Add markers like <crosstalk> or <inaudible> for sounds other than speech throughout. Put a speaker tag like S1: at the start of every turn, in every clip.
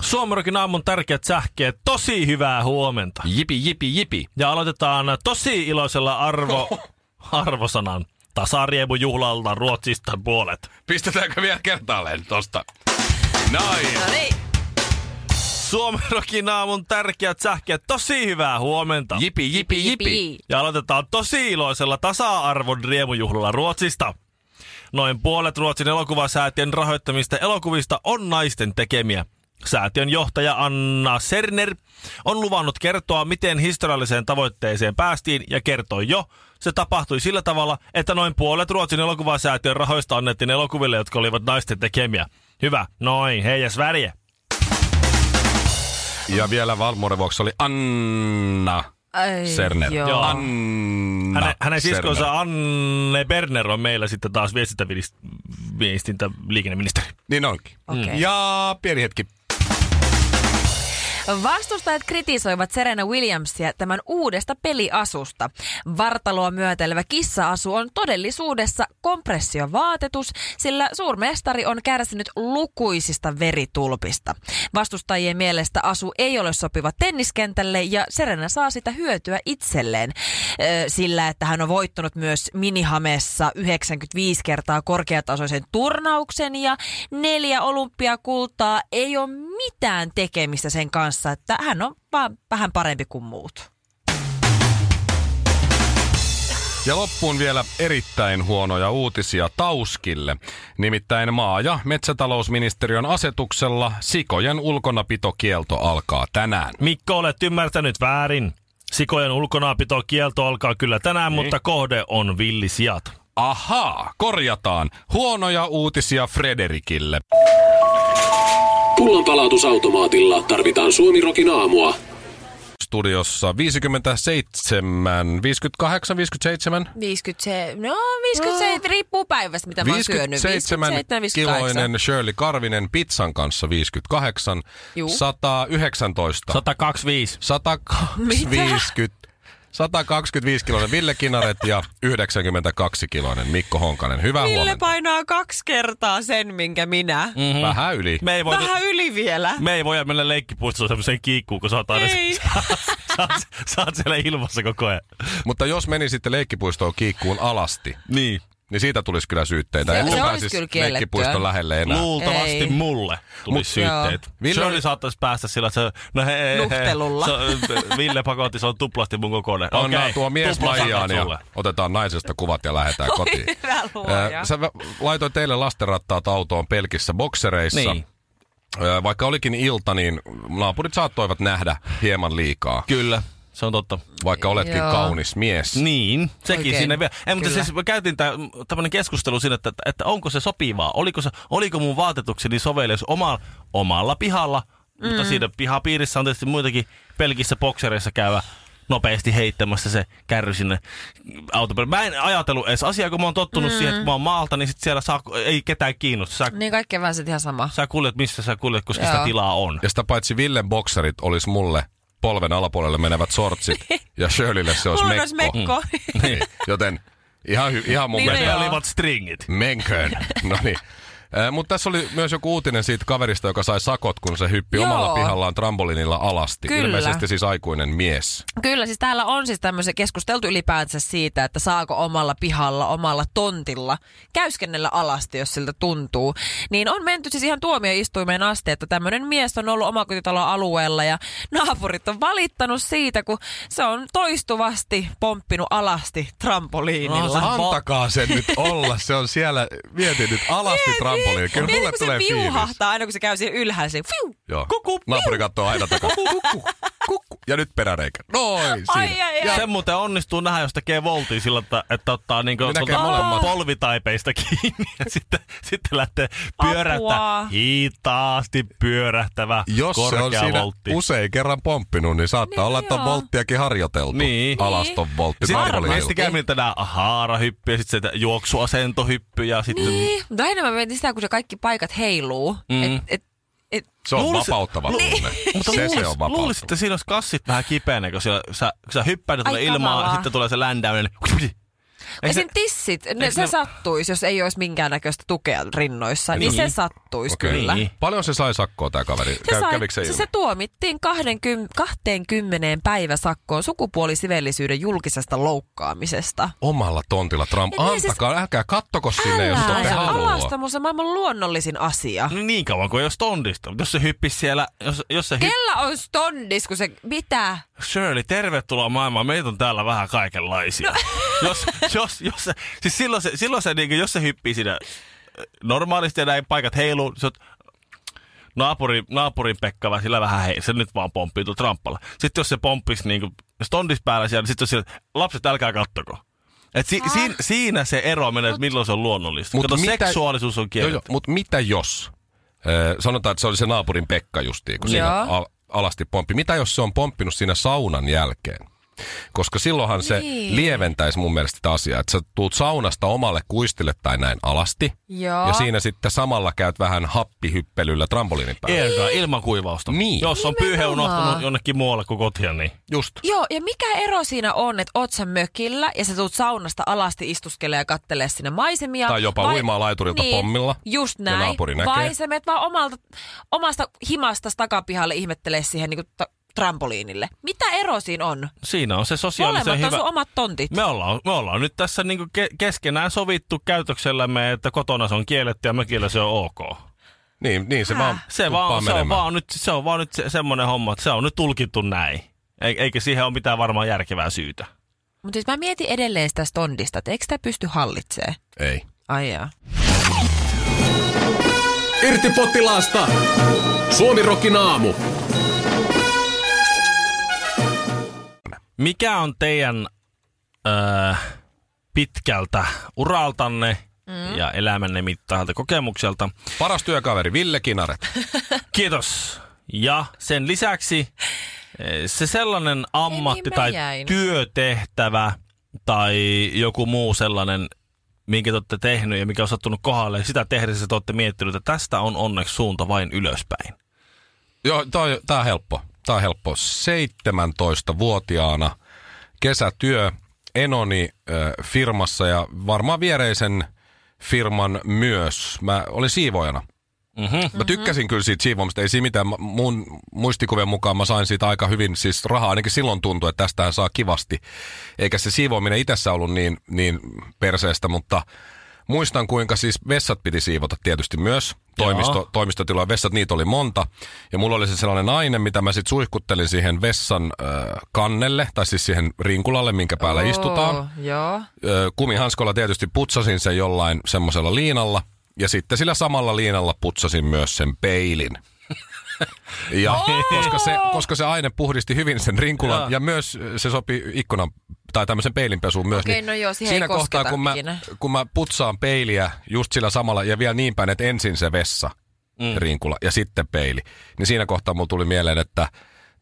S1: Suomirokin aamun tärkeät sähkeet. Tosi hyvää huomenta.
S2: Jipi, jipi, jipi.
S1: Ja aloitetaan tosi iloisella arvo, arvosanan tasariemujuhlalta Ruotsista puolet.
S2: Pistetäänkö vielä kertaalleen tosta? Noin.
S3: No niin.
S1: Suomirokin aamun tärkeät sähkeet. Tosi hyvää huomenta.
S2: Jipi, jipi, jipi.
S4: Niin.
S1: Ja aloitetaan tosi iloisella tasa-arvon riemujuhlalla Ruotsista. Noin puolet Ruotsin elokuvasäätiön rahoittamista elokuvista on naisten tekemiä. Säätiön johtaja Anna Serner on luvannut kertoa, miten historialliseen tavoitteeseen päästiin ja kertoi jo. Se tapahtui sillä tavalla, että noin puolet Ruotsin elokuvasäätiön rahoista annettiin elokuville, jotka olivat naisten tekemiä. Hyvä, noin, hei ja Sverige.
S2: Ja vielä valmuuden vuoksi oli Anna
S3: Ai,
S2: Serner.
S3: Joo.
S2: Anna
S1: Hänen, hänen
S2: Serner.
S1: siskonsa Anne Berner on meillä sitten taas viestintä liikenneministeri.
S2: Niin onkin.
S3: Okei.
S2: Ja pieni hetki.
S3: Vastustajat kritisoivat Serena Williamsia tämän uudesta peliasusta. Vartaloa myötelevä kissaasu on todellisuudessa kompressiovaatetus, sillä suurmestari on kärsinyt lukuisista veritulpista. Vastustajien mielestä asu ei ole sopiva tenniskentälle ja Serena saa sitä hyötyä itselleen ö, sillä, että hän on voittanut myös minihamessa 95 kertaa korkeatasoisen turnauksen ja neljä olympiakultaa ei ole mitään tekemistä sen kanssa, että hän on vaan vähän parempi kuin muut.
S2: Ja loppuun vielä erittäin huonoja uutisia Tauskille. Nimittäin maa- ja metsätalousministeriön asetuksella sikojen ulkonapitokielto alkaa tänään.
S1: Mikko, olet ymmärtänyt väärin. Sikojen ulkonapito kielto alkaa kyllä tänään, niin. mutta kohde on villisijat.
S2: Ahaa, korjataan. Huonoja uutisia Frederikille.
S5: Pullonpalautusautomaatilla tarvitaan Suomirokin aamua.
S2: Studiossa 57, 58, 57,
S3: 57, no 57, no. riippuu päivästä, mitä mä oon syönyt.
S2: 57 kiloinen Shirley Karvinen pizzan kanssa 58,
S3: Juu.
S2: 119,
S1: 125.
S2: 150, 125 kiloinen Ville Kinaret ja 92 kiloinen Mikko Honkanen. Hyvää
S3: Ville
S2: huomenta. Mm-hmm.
S3: painaa kaksi kertaa sen, minkä minä.
S2: niin
S3: Mm.
S2: Vähän yli.
S1: Me ei, voitu,
S3: Vähän yli vielä.
S2: Mm,
S1: me ei voida mennä leikkipuistoon semmoiseen kiikkuun, kun <laughs> sä oot aina
S3: Ei.
S1: sä oot- sä oot siellä ilmassa koko ajan.
S2: Mutta jos meni sitten leikkipuistoon kiikkuun alasti,
S1: Niin.
S2: niin siitä tulisi kyllä syytteitä.
S3: Se-
S2: Et
S3: se
S2: kun
S3: olisi
S2: pääsisi
S3: kyllä kiellettyä.
S2: leikkipuiston lähelle enää.
S1: Luultavasti
S3: Ei.
S1: mulle tulisi
S3: Mut-
S1: syytteet.
S2: Ville-
S1: Shirley saattaisi päästä sillä, että se, no he, he, he,
S3: Nuhtelulla.
S1: Se, Ville pakotti, se on tuplasti mun kokoinen.
S2: Anna
S1: Okei,
S2: tuo mies
S1: tuplasakot
S2: Maijaan ja
S1: sulle.
S2: otetaan naisesta kuvat ja lähdetään kotiin.
S3: <laughs> hyvä luoja.
S2: Ö, Sä vä- laitoit teille lastenrattaat autoon pelkissä boksereissa.
S1: Niin.
S2: Ö, Vaikka olikin ilta, niin naapurit saattoivat nähdä hieman liikaa,
S1: Kyllä, se on totta.
S2: vaikka oletkin
S3: Joo.
S2: kaunis mies.
S1: Niin, sekin
S3: Oikein.
S1: siinä vielä. Ei, mutta
S3: Kyllä.
S1: siis me käytiin tämmöinen keskustelu siinä, että, että onko se sopivaa. Oliko, se, oliko mun vaatetukseni sovellus oma, omalla pihalla, mm. mutta siinä pihapiirissä on tietysti muitakin pelkissä boksereissa käyvä nopeasti heittämässä se kärry sinne autopelle. Mä en ajatellut edes asiaa, kun mä oon tottunut mm. siihen, että mä oon maalta, niin sit siellä saa, ei ketään kiinnosta. Sä,
S3: Niin kaikkea vähän sit ihan sama.
S1: sä kuljet, missä sä kuljet, koska Joo. sitä
S3: Joo.
S1: tilaa on.
S2: Ja sitä paitsi Villen bokserit olisi mulle polven alapuolelle menevät
S3: <laughs>
S2: sortsit ja Shirleylle se olisi
S3: Mulla
S2: mekko.
S3: olisi mekko.
S2: <laughs> Niin, Joten ihan, hy- ihan mun
S3: Niin,
S2: mielestä
S1: Ne
S3: Joo.
S1: olivat stringit.
S2: Menköön. No niin. Mutta tässä oli myös joku uutinen siitä kaverista, joka sai sakot, kun se hyppi
S3: Joo.
S2: omalla pihallaan trampolinilla alasti.
S3: Kyllä.
S2: Ilmeisesti siis aikuinen mies.
S3: Kyllä, siis täällä on siis tämmöisen keskusteltu ylipäänsä siitä, että saako omalla pihalla, omalla tontilla käyskennellä alasti, jos siltä tuntuu. Niin on menty siis ihan tuomioistuimeen asti, että tämmöinen mies on ollut omakotitalon alueella ja naapurit on valittanut siitä, kun se on toistuvasti pomppinut alasti trampoliinilla.
S1: No,
S2: Antakaa sen nyt olla. Se on siellä, mieti nyt alasti trampoliin. Kyllä
S3: Niin,
S2: mulle
S3: kun
S2: tulee
S3: se
S2: fiilis.
S3: viuhahtaa aina, kun se käy siihen ylhäällä. Fiu!
S2: Joo. Naapuri katsoo aina takaa. Kukku, kukku, kukku. ja nyt peräreikä. Noin,
S3: Ai,
S2: siinä.
S3: ai, ai.
S2: Ja
S1: Sen muuten onnistuu nähdä, jos tekee voltia sillä, että, että ottaa niinku
S2: Niin näkee
S1: tuolta
S2: molemmat.
S1: polvitaipeista kiinni ja <laughs> sitten, sitten lähtee pyörähtää
S3: Apua.
S1: hitaasti pyörähtävä
S2: jos se
S1: korkea
S2: on siinä
S1: voltti.
S2: usein kerran pomppinut, niin saattaa
S3: Niin
S2: olla, että on
S3: joo.
S2: volttiakin harjoiteltu.
S1: Niin.
S2: Alaston voltti.
S1: Sitten
S2: maalilla.
S1: miettikää, miltä nämä haarahyppy ja sitten se juoksuasentohyppy ja sitten...
S3: Niin, mutta aina mä mietin sitä, kun se kaikki paikat heiluu. Mm. Et, et, et,
S2: Se on
S1: Luulisin-
S2: vapauttava
S1: lu-
S3: Niin. <laughs>
S2: tunne.
S1: Mutta
S2: se,
S1: luulis,
S2: se on
S1: luulis, että
S2: vapauttava.
S1: siinä olisi kassit vähän kipeänä, kun, siellä, sä, kun sä hyppäät ja tulee
S3: Ai
S1: ilmaa ja
S3: kamalaa.
S1: sitten tulee se ländäminen. niin
S3: Ei se, tissit, ne,
S1: eikö
S3: se
S1: ne-
S3: ne... sattuisi, jos ei olisi minkäännäköistä tukea rinnoissa, niin,
S1: Niin.
S3: niin se sattuisi
S2: Okei.
S3: okay. kyllä.
S1: Niin.
S2: Paljon se sai sakkoa tämä kaveri?
S3: Se,
S2: Käy-
S3: sai,
S2: Kävikö se
S3: se,
S2: ilmi?
S3: se tuomittiin 20, 20 päiväsakkoon sukupuolisivellisyyden julkisesta loukkaamisesta.
S2: Omalla tontilla Trump.
S3: Ja niin siis-
S2: Antakaa, älkää kattoko sinne, jos te
S3: se
S2: haluaa.
S3: alastamus on maailman luonnollisin asia.
S2: Mm.
S1: No niin kauan kuin ei ole stondista. Mutta Jos se hyppisi siellä, jos, jos se hyppisi...
S3: Kella on stondis, kun se... Mitä?
S1: Shirley, tervetuloa maailmaan. Meitä on täällä vähän kaikenlaisia. No. <laughs> Jos, jos, jos, se- siis silloin se, silloin se, niin kuin, jos se hyppii siinä äh, normaalisti ja näin paikat heiluu, niin se on, naapuri, naapurin Pekka vai sillä vähän hei, se nyt vaan pomppii tuolla trampalla. Sitten jos se pomppisi niin kuin stondis päällä siellä, niin sitten se on sillä, lapset älkää kattoko. Et si,
S3: Ah.
S1: si, siinä se ero menee, että milloin se on luonnollista. Mut
S2: Mut
S1: Kato,
S2: mitä-
S1: seksuaalisuus on
S2: Joo, joo,
S1: kielletty.
S2: mutta mitä jos? Ö, sanotaan, että se oli se naapurin Pekka justiin, kun siinä
S3: Joo.
S2: al- alasti pomppi. Mitä jos se on pomppinut siinä saunan jälkeen? Koska silloinhan se
S3: Niin.
S2: lieventäisi mun mielestä tätä asiaa, että sä tuut saunasta omalle kuistille tai näin alasti.
S3: Joo.
S2: Ja siinä sitten samalla käyt vähän happihyppelyllä trampoliinin päällä.
S1: Ei, ilman kuivausta.
S2: Niin.
S1: Jos on pyyhe
S3: Nimenomaan.
S1: unohtunut jonnekin muualle kuin kotia, niin...
S2: Just.
S3: Joo, ja mikä ero siinä on, että oot sä mökillä ja sä tuut saunasta alasti istuskelemaan ja kattelee sinne maisemia.
S2: Tai jopa uimaa laiturilta
S3: niin,
S2: pommilla,
S3: Just
S2: ja
S3: näin.
S2: naapuri näkee.
S3: Vai sä menet vaan omalta, omasta himasta takapihalle ihmettelee siihen niinku ta- trampoliinille. Mitä ero siinä on?
S1: Siinä on se sosiaalisen
S3: Molemmat on
S1: hyvä...
S3: sun omat tontit.
S1: Me ollaan, me ollaan nyt tässä niinku ke- keskenään sovittu käytöksellämme, että kotona se on kielletty ja mökillä se on ok.
S2: Niin, niin se
S3: Äh.
S2: vaan
S1: Se,
S2: tuppaa
S1: vaan, se, on
S2: menemään.
S1: vaan nyt, se on vaan nyt se, semmoinen homma, että se on nyt tulkittu näin. E- eikä siihen ole mitään varmaan järkevää syytä.
S3: Mutta siis mä mietin edelleen sitä stondista, että eikö sitä pysty hallitsee?
S2: Ei.
S3: Ai jaa.
S5: Irti potilaasta! Suomirokin aamu.
S1: Mikä on teidän öö, pitkältä uraltanne mm. ja elämänne mittaalta kokemukselta?
S2: Paras työkaveri Ville Kinaret.
S1: Kiitos. Ja sen lisäksi eh, se sellainen ammatti
S3: niin mä
S1: tai
S3: jäin.
S1: työtehtävä tai joku muu sellainen, minkä te olette tehnyt ja mikä on sattunut kohdalle, sitä tehdessä te olette miettinyt, että tästä on onneksi suunta vain ylöspäin.
S2: Joo, toi, tää on helppo. Tää on helppo. 17-vuotiaana kesätyö Enoni ö, firmassa ja varmaan viereisen firman myös. Mä olin siivoojana.
S1: Mm-hmm.
S2: Mä tykkäsin kyllä siitä siivoamista, ei siinä mitään. Mä- Mun muistikuvien mukaan mä sain siitä aika hyvin, siis rahaa ainakin silloin tuntui, että tästähän saa kivasti. Eikä se siivoaminen itsessä ollut niin, niin perseestä, mutta muistan kuinka siis vessat piti siivota tietysti myös. Toimisto, toimistotiloja, vessat, niitä oli monta. Ja mulla oli se sellainen aine, mitä mä sitten suihkuttelin siihen vessan ö, kannelle, tai siis siihen rinkulalle, minkä päällä
S3: Oo,
S2: istutaan
S3: Joo.
S2: ö, kumihanskolla tietysti putsasin sen jollain semmoisella liinalla. Ja sitten sillä samalla liinalla putsasin myös sen peilin. Ja koska se, koska se aine puhdisti hyvin sen rinkulan
S1: Joo.
S2: ja, ja myös ö, se sopi ikkunan tai tämmöisen peilinpesuun myös. niin
S3: Okei, no joo, siihen
S2: siinä
S3: ei
S2: kohtaa,
S3: kosketa
S2: kun mä,
S3: ikinä.
S2: kun mä putsaan peiliä just sillä samalla ja vielä niin päin, että ensin se vessa, mm. rinkula ja sitten peili, niin siinä kohtaa mulla tuli mieleen, että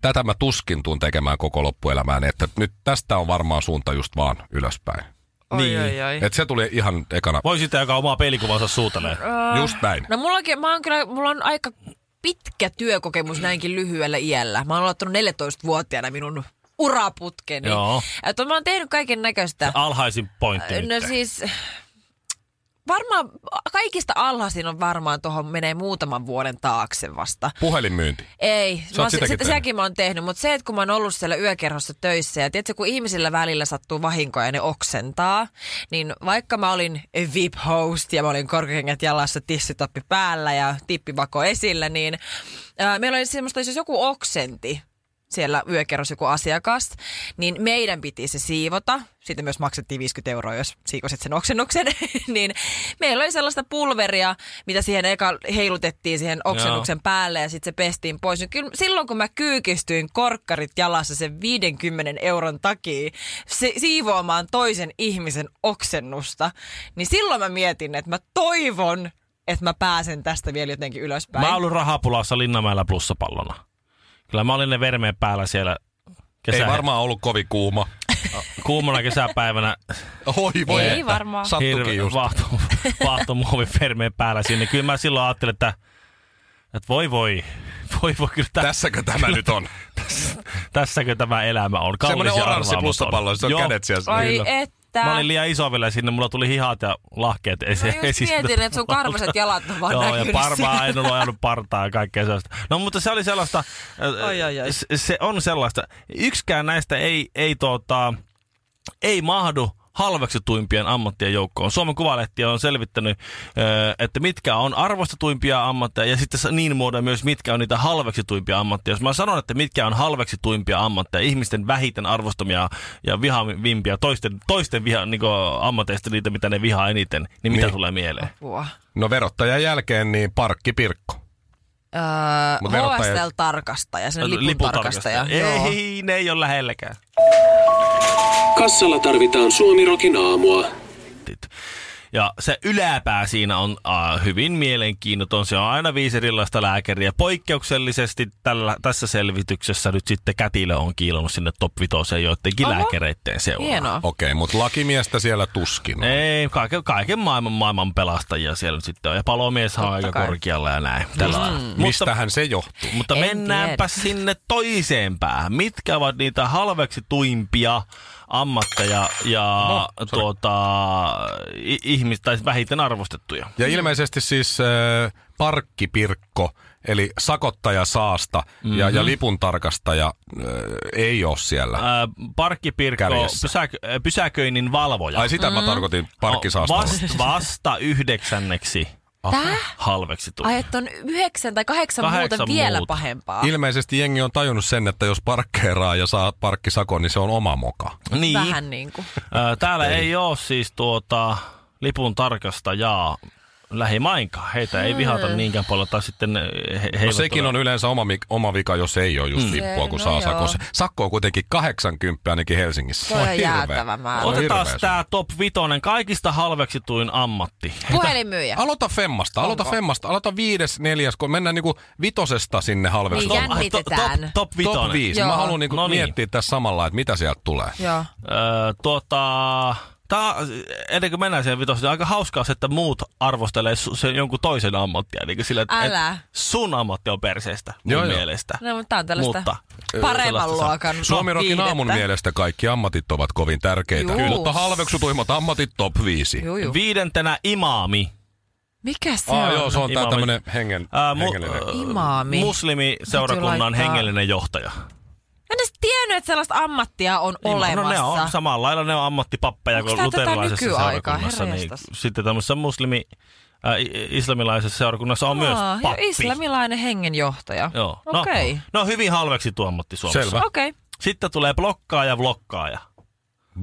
S2: tätä mä tuskin tuun tekemään koko loppuelämään, että nyt tästä on varmaan suunta just vaan ylöspäin.
S3: Oi,
S1: Niin.
S3: oi, oi.
S2: Et se tuli ihan ekana.
S1: Voi sitä, joka omaa pelikuvansa suutelee.
S2: Just näin.
S3: No mullakin, mä oon kyllä, mulla on aika pitkä työkokemus näinkin lyhyellä iällä. Mä oon aloittanut 14-vuotiaana minun uraputkeni.
S1: Joo.
S3: Että mä oon tehnyt kaiken näköistä.
S1: Alhaisin pointti
S3: No
S1: nytten.
S3: siis, varmaan, kaikista alhaisin on varmaan tuohon menee muutaman vuoden taakse vasta.
S2: Puhelinmyynti.
S3: Ei,
S2: Sä
S3: mä
S2: oot
S3: oon, se,
S2: sitäkin
S3: sitä,
S2: tehnyt.
S3: sitäkin mä oon tehnyt, mutta se, että kun mä oon ollut siellä yökerhossa töissä ja tiedätkö, kun ihmisillä välillä sattuu vahinkoja ja ne oksentaa, niin vaikka mä olin VIP-host ja mä olin korkokengät jalassa, tissitoppi päällä ja tippivako esillä, niin ää, meillä oli semmoista, jos joku siis oksenti, siellä yökerros joku asiakas, niin meidän piti se siivota. Siitä myös maksettiin 50 euroa, jos siivosit sen oksennuksen. <laughs> niin meillä oli sellaista pulveria, mitä siihen eka heilutettiin siihen oksennuksen päälle ja sitten se pestiin pois. Niin kyllä silloin kun mä kyykistyin korkkarit jalassa sen 50 euron takia se, siivoamaan toisen ihmisen oksennusta, niin silloin mä mietin, että mä toivon, että mä pääsen tästä vielä jotenkin ylöspäin.
S1: Mä oon ollut rahapulassa Linnanmäellä plussapallona. Kyllä mä olin ne vermeen päällä siellä kesä,
S2: Ei varmaan ollut kovin kuuma.
S1: kuumana kesäpäivänä
S2: Oi voi.
S3: Ei
S2: että.
S3: varmaan.
S2: Sattukin
S1: hirveä
S2: just.
S1: vaahto, <laughs> vaahtomuovin vermeen päällä sinne. Kyllä mä silloin ajattelin, että, että voi voi, voi voi, kyllä tä,
S2: Tässäkö tämä nyt on?
S1: tässäkö tämä elämä on. Kallis
S2: Semmoinen
S1: ja
S2: oranssi
S1: arvaamaton.
S2: plussapallo, se on
S1: Joo.
S2: kädet siellä.
S3: Ai
S2: Kyllä.
S3: että.
S1: Mä olin liian iso vielä sinne, mulla tuli hihat ja lahkeet
S3: Mä
S1: esi-
S3: just
S1: esiin.
S3: mietin, että sun karvaset jalat on vaan
S1: Joo, ja
S3: näkynyt
S1: parmaa
S3: siellä.
S1: en ollut ajanut partaa ja kaikkea sellaista. No mutta se oli sellaista, äh,
S3: Ai, ai, ai.
S1: s- se on sellaista. Yksikään näistä ei, ei, tota, ei mahdu halveksutuimpien ammattien joukkoon. Suomen Kuvalehti on selvittänyt, ö, että mitkä on arvostetuimpia ammatteja ja sitten s- niin muodoin myös mitkä on niitä halveksituimpia ammatteja. Jos mä sanon, että mitkä on halveksituimpia ammatteja, ihmisten vähiten arvostamia ja vihavimpia, toisten, toisten viha, niin ammateista niitä, mitä ne vihaa eniten, niin mitä
S2: Niin.
S1: niin. tulee mieleen?
S3: Apua.
S2: No verottajan jälkeen niin parkkipirkko.
S3: Öö,
S2: Mut verottaja-
S3: HSL-tarkastaja, se on lipuntarkastaja. Joo.
S1: Ei, ne ei ole lähelläkään.
S5: Kassalla tarvitaan Suomirokin aamua.
S1: Tit. Ja se yläpää siinä on äh, hyvin mielenkiinnoton. Se on aina viisi erilaista lääkäriä. Poikkeuksellisesti tällä, tässä selvityksessä nyt sitten kätilö on kiilannut sinne top vitoseen joidenkin
S3: Oho.
S1: lääkäreiden seuraan.
S3: Hienoa.
S2: Okei, mutta lakimiestä siellä tuskin. on.
S1: Ei, kaiken, kaiken maailman maailman pelastajia siellä nyt sitten on. Ja palomies on aika
S3: kai. Mm.
S1: korkealla ja näin. Tällä lailla. Mutta,
S2: Mm. Mistähän se johtuu?
S1: mutta
S3: En
S1: mennäänpä
S3: tiedä.
S1: sinne toiseen päähän. Mitkä ovat niitä halveksituimpia ammatteja ja no, tuota, i- ihmis, tai vähiten arvostettuja?
S2: Ja ilmeisesti siis äh, parkkipirkko, eli sakottaja saasta mm-hmm. ja, ja lipun tarkastaja äh, ei ole siellä. Ai,
S1: Ää, Äh, parkkipirkko,
S2: Kärjessä.
S1: pysäkö, ää, pysäköinnin valvoja.
S2: sitä mm-hmm. mä tarkoitin parkkisaastalla.
S1: vasta, vasta yhdeksänneksi
S3: Tää?
S1: halveksittu.
S3: Ai, että on yhdeksän tai kahdeksan,
S1: Kahdeksan
S3: muuta vielä
S1: muuta. Niin.
S3: pahempaa.
S2: Ilmeisesti jengi on tajunnut sen, että jos parkkeeraa ja saa parkkisakon, niin se on oma moka.
S1: Niin.
S3: Vähän niin kuin.
S1: Ää, täällä ei. ei ole siis tuota lipun tarkastajaa lähimainkaan. Heitä ei vihata niinkään paljon. Tai sitten he, he
S2: No
S1: eivät
S2: sekin
S1: ole-
S2: on yleensä oma, mik- oma vika, jos ei ole just mm. lippua, kun
S3: Se-
S2: no
S3: no
S2: saa
S3: joo.
S2: sakon. Se- Sakko on kuitenkin 80 ainakin Helsingissä.
S3: Toi on
S2: hirveä.
S3: jäätävä määrä.
S2: Se on
S1: Otetaan
S2: hirveä
S1: tämä top vitonen, kaikista halveksituin ammatti.
S3: Puhelinmyyjä.
S2: Aloita femmasta, aloita Onko? femmasta, aloita viides, neljäs, kun mennään niinku vitosesta sinne halveksi.
S3: Niin,
S2: Top-
S3: jännittää.
S1: top,
S3: Jännitetään.
S1: top, top vitonen.
S2: Top 5. Mä
S3: Joo.
S2: haluan niinku
S1: No niin.
S2: miettiä tässä samalla, että mitä sieltä tulee.
S3: Joo.
S1: Öö, tuota, tää, ennen kuin mennään siihen vitoseen, aika hauskaa se, että muut arvostelee su, sen jonkun toisen ammattia. Niin sillä, että
S3: Älä.
S1: Et sun ammatti on perseestä, mun
S2: Joo,
S1: joo,
S2: joo.
S1: mielestä.
S3: No, mutta tää on tällaista
S1: Mutta,
S3: paremman
S1: sellaista saa.
S3: luokan
S2: Suomi Rokin
S3: viihdettä.
S2: aamun mielestä kaikki ammatit ovat kovin tärkeitä,
S3: Juu.
S2: mutta halveksutuimmat ammatit top 5.
S3: Juu, juu.
S1: Viidentenä imaami.
S3: Mikä se
S2: Ah,
S3: on?
S2: joo, se on tää
S1: Imaami.
S2: tämmönen hengen,
S1: Ää,
S2: hengellinen.
S3: Imaami. Täytyy
S1: muslimiseurakunnan
S3: laittaa.
S1: hengellinen johtaja.
S3: Mä en edes tiennyt, että sellaista ammattia on
S1: Niin,
S3: olemassa.
S1: No ne on samalla lailla, ne on ammattipappeja
S3: Onks
S1: kuin
S3: tää tätä
S1: luterilaisessa
S3: nykyaikaa?
S1: seurakunnassa. Niin,
S3: Herranjestas.
S1: sitten tämmöisessä muslimi, äh, islamilaisessa seurakunnassa on myös
S3: Aa, ja
S1: pappi.
S3: islamilainen hengenjohtaja.
S1: Joo. No,
S3: Okei.
S1: no, hyvin halveksi tuo ammatti Suomessa.
S2: Selvä.
S3: Okei.
S1: Sitten tulee blokkaaja, vlokkaaja.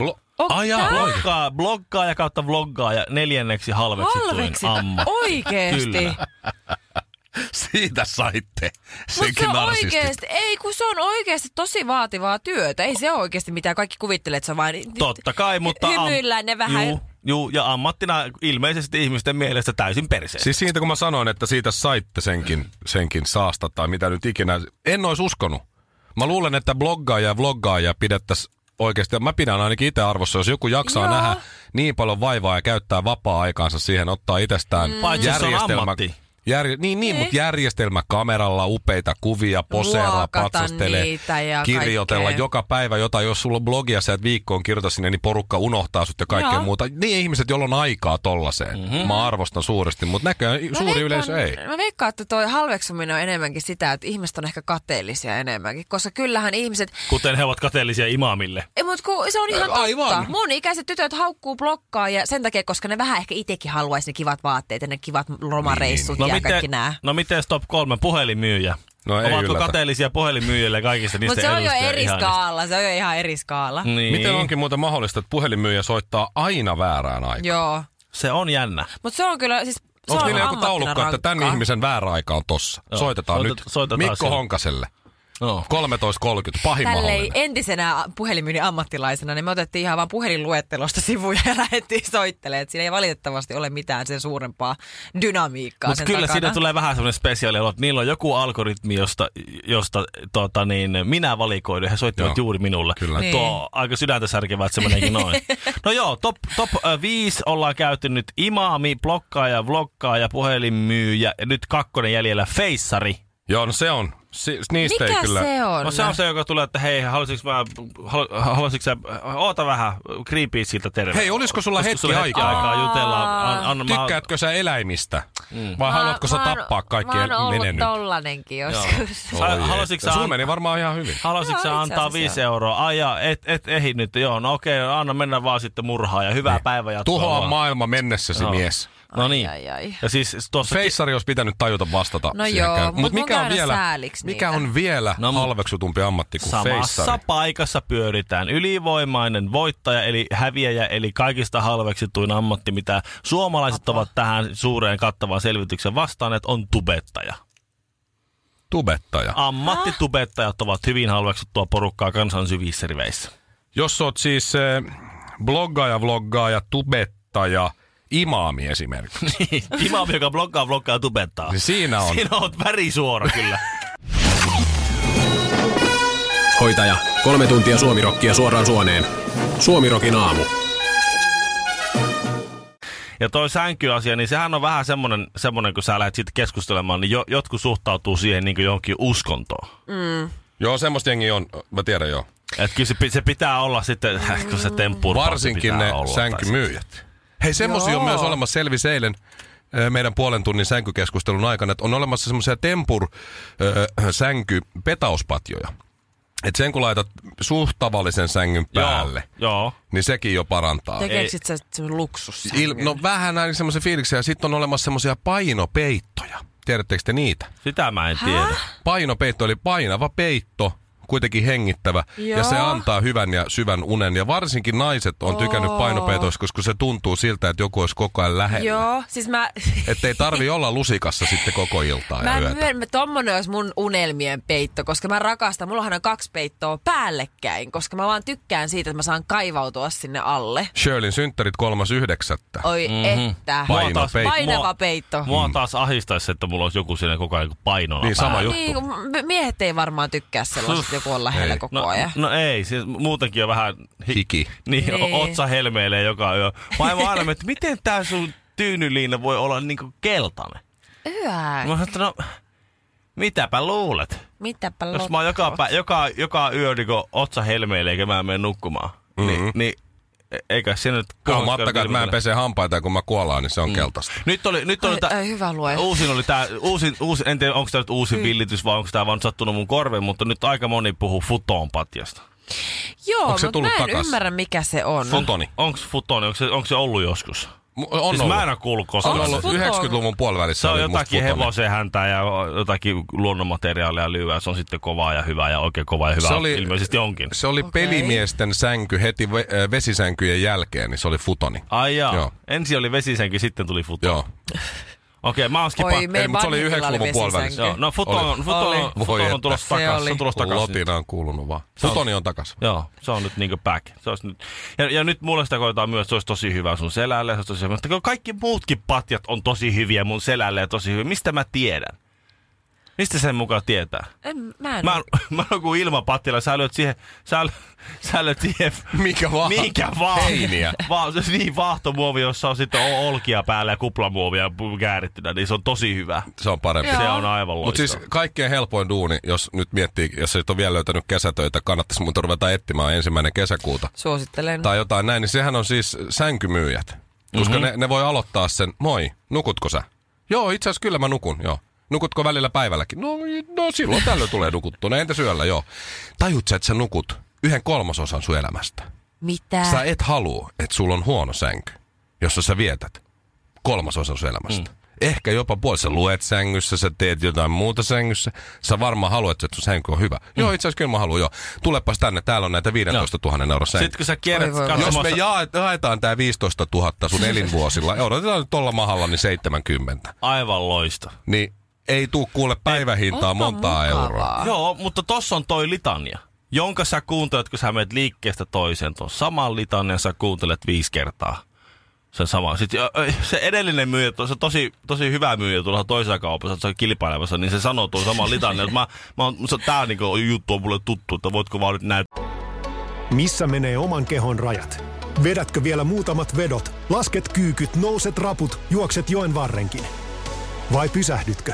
S2: Blo- <laughs>
S3: Onks
S2: Ai jaa,
S3: tää?
S2: oi.
S1: Blokkaa, blokkaaja kautta vloggaaja neljänneksi halveksituin
S3: Halveksi.
S1: ammatti.
S3: Oikeesti.
S1: Kyllä.
S2: Siitä saitte.
S3: Mutta se
S2: Senkin
S3: on
S2: narsisti.
S3: oikeesti, ei kun se on oikeesti tosi vaativaa työtä. Ei se ole oikeesti mitään, kaikki kuvittelee, että se on vain...
S1: Totta kai, mutta... am-
S3: Hymyillään ne vähän.
S1: Juu, juu, ja ammattina ilmeisesti ihmisten mielestä täysin perse.
S2: Siis siitä kun mä sanoin, että siitä saitte senkin, senkin saasta tai mitä nyt ikinä, en olisi uskonut. Mä luulen, että bloggaaja ja vloggaaja pidettäisiin oikeasti, mä pidän ainakin itse arvossa, jos joku jaksaa
S3: Joo.
S2: Joo. nähdä niin paljon vaivaa ja käyttää vapaa-aikaansa siihen, ottaa itsestään mm.
S1: Paitsi jos se on ammatti.
S2: Jär, niin, niin,
S3: Eh?
S2: niin. mutta järjestelmä kameralla, upeita kuvia, poseeraa,
S3: Muokata
S2: patsastelee,
S3: niitä ja
S2: kirjoitella
S3: kaikkea.
S2: joka päivä jotain. Jos sulla on blogia, sä et viikkoon kirjoita sinne, niin porukka unohtaa sut ja kaikkea
S3: Joo.
S2: muuta. Niin ihmiset, joilla on aikaa tollaiseen. Mm-hmm. Mä arvostan suuresti, mutta näköjään
S3: Mä
S2: suuri
S3: veikkaan-
S2: yleisö ei.
S3: Mä veikkaan, että toi halveksuminen on enemmänkin sitä, että ihmiset on ehkä kateellisia enemmänkin, koska kyllähän ihmiset,
S1: Kuten he ovat kateellisia imaamille.
S3: ei, mut kun se on ihan totta.
S2: aivan.
S3: Mun ikäiset tytöt haukkuu blokkaa ja sen takia, koska ne vähän ehkä itekin haluaisi ne kivat vaatteet ja ne kivat lomareissut
S2: Niin,
S1: No
S3: ja
S1: miten,
S3: kaikki nää.
S1: no miten stop kolme, puhelinmyyjä.
S2: No ei
S1: Ovatko
S2: yllätä.
S1: kateellisia puhelinmyyjille kaikista niistä
S3: Mutta se on jo
S1: eduista ja
S3: eri
S1: ihanista?
S3: skaala, se on jo ihan eri skaala.
S1: Niin.
S2: Miten onkin muuta mahdollista, että puhelinmyyjä soittaa aina väärään aikaan?
S3: Joo.
S1: Se on jännä.
S3: Mutta se on kyllä, siis se
S2: Onko
S3: on
S2: niillä joku
S3: ammattina
S2: taulukko, että tämän
S3: rankkaa.
S2: ihmisen väärä aika on tossa?
S1: Joo.
S2: Soitetaan
S1: Soita-
S2: nyt
S1: soitetaan
S2: Mikko
S1: sille.
S2: Honkaselle.
S1: No.
S2: 13.30, pahin
S3: Tällei
S2: mahdollinen.
S3: entisenä puhelinmyynnin ammattilaisena, niin me otettiin ihan vaan puhelinluettelosta <laughs> sivuja ja lähdettiin soittelemaan. Et Siinä ei valitettavasti ole mitään sen suurempaa dynamiikkaa
S1: Mutta
S3: sen
S1: kyllä
S3: takana.
S1: siinä tulee vähän semmoinen spesiaali, olo, että niillä on joku algoritmi, josta, josta tota niin, minä valikoidun. He soittivat
S2: Joo,
S1: juuri minulle.
S2: kyllä.
S3: Niin.
S1: Tuo aika sydäntä särkevä, että se meneekin
S3: <laughs>
S1: noin. No joo, top, top 5 ollaan käyty nyt imami, blokkaaja, vlokkaaja, puhelinmyyjä ja nyt kakkonen jäljellä feissari.
S2: Joo, no se on. Si- niistä
S3: Mikä
S2: ei kyllä...
S3: se on?
S1: No se on se, joka tulee, että hei, haluaisinko mä, halu, haluaisinko sä, oota vähän, Greenpeaceilta terve.
S2: Hei, olisiko sulla hetki aikaa?
S1: aikaa jutella? An, an, mä-
S2: Tykkäätkö sä eläimistä? Mm. Vai haluatko sä
S3: Mä oon-
S2: tappaa kaikki
S3: Mä oon ollut
S2: menenyt?
S3: tollanenkin joskus. <laughs>
S1: Sä- haluaisitko sä
S2: Sulla
S1: an-
S2: meni varmaan ihan hyvin.
S1: Haluaisitko
S3: Joo,
S1: sä
S3: itse
S1: antaa
S3: asiassa
S1: viisi
S3: joo.
S1: euroa? Ai jaa, et, et ehdi nyt. Joo, no okei, no anna mennä vaan sitten murhaa ja hyvää päivää jatkoa.
S2: Niin. Tuhoa
S1: vaan.
S2: maailma mennessäsi
S1: Joo.
S2: mies.
S1: No niin.
S3: Ai, ai, ai.
S1: Ja siis tuossa...
S2: Feissari olisi pitänyt tajuta vastata.
S3: No
S2: siihen
S3: joo,
S2: käy-
S3: mut
S2: Mut
S3: mun
S2: mikä on
S3: käydä
S2: vielä,
S3: sääliksi
S2: mikä
S3: niitä.
S2: on vielä
S1: No
S2: no,
S1: mun-
S2: halveksutumpi ammatti kuin
S1: Samassa
S2: feissari?
S1: paikassa pyöritään. Ylivoimainen voittaja eli häviäjä eli kaikista halveksituin ammatti, mitä suomalaiset ovat tähän suureen kattavaan selvityksen vastaaneet, on tubettaja.
S2: Tubettaja.
S1: Ammattitubettajat ovat hyvin halveksuttua porukkaa kansan syvissä
S2: <laughs>
S1: riveissä.
S2: Jos oot siis eh, bloggaaja, vloggaaja, tubettaja, imaami esimerkiksi.
S1: Imam, joka blokkaa, blokkaa ja tubettaa.
S2: Niin siinä
S3: <laughs>
S2: on.
S1: Siinä on värisuora kyllä.
S6: Hoitaja, kolme tuntia suomirokkia suoraan suoneen. Suomirokin aamu.
S1: Ja toi sänkyasia, niin sehän on vähän semmoinen, semmonen, kun sä lähdet siitä keskustelemaan, niin jo, jotkut suhtautuu siihen niin kuin johonkin uskontoon.
S2: Joo, semmoista jengi on. Mä tiedän joo.
S1: Että kyllä se, pi- se pitää olla sitten, äh, kun se temppu
S2: Varsinkin ne sänkymyyjät. Hei, semmoisia on
S3: Joo.
S2: myös olemassa selvis eilen ö, meidän puolen tunnin sänkykeskustelun aikana, että on olemassa semmoisia tempur ö, sänky petauspatjoja. Et sen kun laitat suht tavallisen sängyn päälle, Joo.
S1: Joo.
S2: niin sekin jo parantaa.
S3: Te keksit sä semmoinen luksus.
S2: Il, no vähän aina semmoisia fiiliksiä. Sitten on olemassa semmoisia painopeittoja. Tiedättekö te niitä?
S1: Sitä mä en tiedä.
S2: Painopeitto, eli painava peitto, kuitenkin hengittävä.
S3: Joo.
S2: Ja se antaa hyvän ja syvän unen. Ja varsinkin naiset on tykännyt painopeitoista, koska se tuntuu siltä, että joku olisi koko ajan lähellä.
S3: Joo, siis mä...
S2: Että ei tarvi olla lusikassa sitten koko iltaa
S3: Mä
S2: ja
S3: en
S2: yötä.
S3: myönnä, tommonen olisi mun unelmien peitto, koska mä rakastan, mullahan on kaksi peittoa päällekkäin, koska mä vaan tykkään siitä, että mä saan kaivautua sinne alle.
S2: Shirleyn synttärit 3.9.
S3: Oi mm-hmm. että.
S2: Mhm. Painava
S1: Mua taas-
S2: peitto.
S3: Painava
S1: mua-
S3: peitto.
S1: Mua taas ahistaisi, että mulla olisi joku siinä koko ajan painona
S2: Mm. Niin, sama
S1: päällä.
S2: juttu.
S3: Niin, kun m- miehet ei varmaan tykkää sellaista,
S1: Suff,
S3: joku on lähellä
S2: ei.
S3: koko
S1: No,
S3: ajan.
S1: no ei, siis muutenkin on vähän... hi-
S2: Hiki.
S1: Niin,
S3: Niin.
S1: niin. otsa helmeilee joka yö. Vaimo aina, että miten tää sun tyynyliina voi olla niinku keltainen?
S3: Hyvä.
S1: Mä sanoin, että no, mitäpä luulet?
S3: Mitäpä
S1: Jos mä oon joka, pä, joka, joka yö niin otsa helmeille eikä mä mene nukkumaan, mm-hmm. niin, niin e- eikä siinä nyt...
S2: Huomaattakaan, että mä en pese hampaita ja kun mä kuolaan, niin se on mm. keltaista.
S1: Nyt oli, nyt oli
S3: Ai- ai hyvä luoja.
S1: uusin oli tää, uusin, uusin, en tiedä onko tää nyt uusi villitys vai onko tää vaan sattunut mun korveen, mutta nyt aika moni puhuu futonpatjasta.
S3: Joo,
S2: Onko se
S3: mutta
S2: tullut
S3: mä en
S2: takas?
S3: ymmärrä mikä se on.
S2: Futoni.
S1: Onko futoni, onko se, onko se ollut joskus?
S2: Mu- On
S1: siis
S2: ollut.
S1: mä en oo kuullut koskaan.
S2: on ollut
S3: Futon.
S2: 90-luvun puolivälissä.
S1: Se on
S2: oli musta
S1: jotakin
S2: futoni.
S1: hevosen häntää ja jotakin luonnonmateriaalia lyöä. Se on sitten kovaa ja hyvää ja oikein kovaa ja hyvää.
S2: Se oli-
S1: Ilmeisesti onkin.
S2: Se oli okay. pelimiesten sänky heti ve- ö, vesisänkyjen jälkeen, niin se oli futoni.
S1: Ai jaa.
S2: Joo.
S1: Ensin oli vesisenkin, sitten tuli futoni.
S2: Joo.
S1: Okei, mä oon skipa-
S3: Oi, me
S2: Ei, mut se oli
S3: vanhemmilla
S2: 90-luvun puolivälissä.
S1: Joo, no futon,
S2: Oli.
S1: on, futon,
S3: Oli.
S1: on, futon
S2: Voi
S1: on tulossa
S3: että. Se
S1: takas. Se
S3: oli.
S1: on tulossa takas. nyt.
S2: Lotina on kuulunut vaan. Futoni on takas.
S1: Joo, se on nyt niinku back. Se olisi nyt. Ja, ja, nyt mulle sitä koetaan myös, että se olisi tosi hyvä sun selälle. Se olisi tosi hyvä. Mutta kun kaikki muutkin patjat on tosi hyviä mun selälle ja tosi hyviä. Mistä mä tiedän? Mistä sen mukaan tietää?
S3: En, mä en
S1: Mä, oon- <laughs> mä oon kuin ilmapattila. Sä lyöt siihen, sä, sä lyöt siihen
S2: Mikä vaan.
S1: <laughs> Mikä vaan.
S2: Heiniä.
S1: vaan se- niin vaahtomuovi, jossa on sitten o- olkia päällä ja kuplamuovia pu- käärittynä, niin se on tosi hyvä.
S2: Se on parempi.
S1: Se on aivan
S2: Mutta
S1: loistava.
S2: siis kaikkein helpoin duuni, jos nyt miettii, jos et ole vielä löytänyt kesätöitä, kannattaisi mun ruveta etsimään ensimmäinen kesäkuuta.
S3: suosittelen.
S2: Tai jotain näin, niin sehän on siis sänkymyyjät. Koska mm-hmm. ne, ne, voi aloittaa sen, moi, nukutko sä? Joo, itse asiassa kyllä mä nukun, joo. Nukutko välillä päivälläkin? No, no silloin tällöin tulee nukuttua. No, entäs yöllä, joo. Tajut sä, että sä nukut yhden kolmasosan sun elämästä.
S3: Mitä?
S2: Sä et halua, että sulla on huono sänky, jossa sä vietät kolmasosa sun elämästä. Mm. Ehkä jopa puoli. Sä luet sängyssä, sä teet jotain muuta sängyssä. Sä varmaan haluat, että sun sänky on hyvä. Mm. Joo, itse asiassa kyllä mä haluan, joo. Tulepas tänne, täällä on näitä 15 000 euroa sänky.
S1: Sitten kun sä kierrät
S3: Oi voi voi.
S2: Jos me
S1: katsomassa...
S2: jaet, jaetaan tämä 15 000 sun elinvuosilla, ja odotetaan nyt tuolla mahalla, niin 70.
S1: Aivan loista.
S2: Niin ei tuu kuule päivähintaa
S3: Onpa
S2: montaa
S3: mukavaa.
S2: euroa.
S1: Joo, mutta tossa on toi litania, jonka sä kuuntelet, kun sä menet liikkeestä toiseen. Tuon saman litanian sä kuuntelet viisi kertaa. Sen sama. Sitten ö, ö, se edellinen myyjä, to- se tosi, tosi hyvä myyjä tuolla toisessa kaupassa, se on kilpailevassa, niin se sanoo tuon saman litanian. että mä, mä oon, se, tää niinku juttu on mulle tuttu, että voitko vaan nyt näyttää.
S7: Missä menee oman kehon rajat? Vedätkö vielä muutamat vedot? Lasket kyykyt, nouset raput, juokset joen varrenkin. Vai pysähdytkö?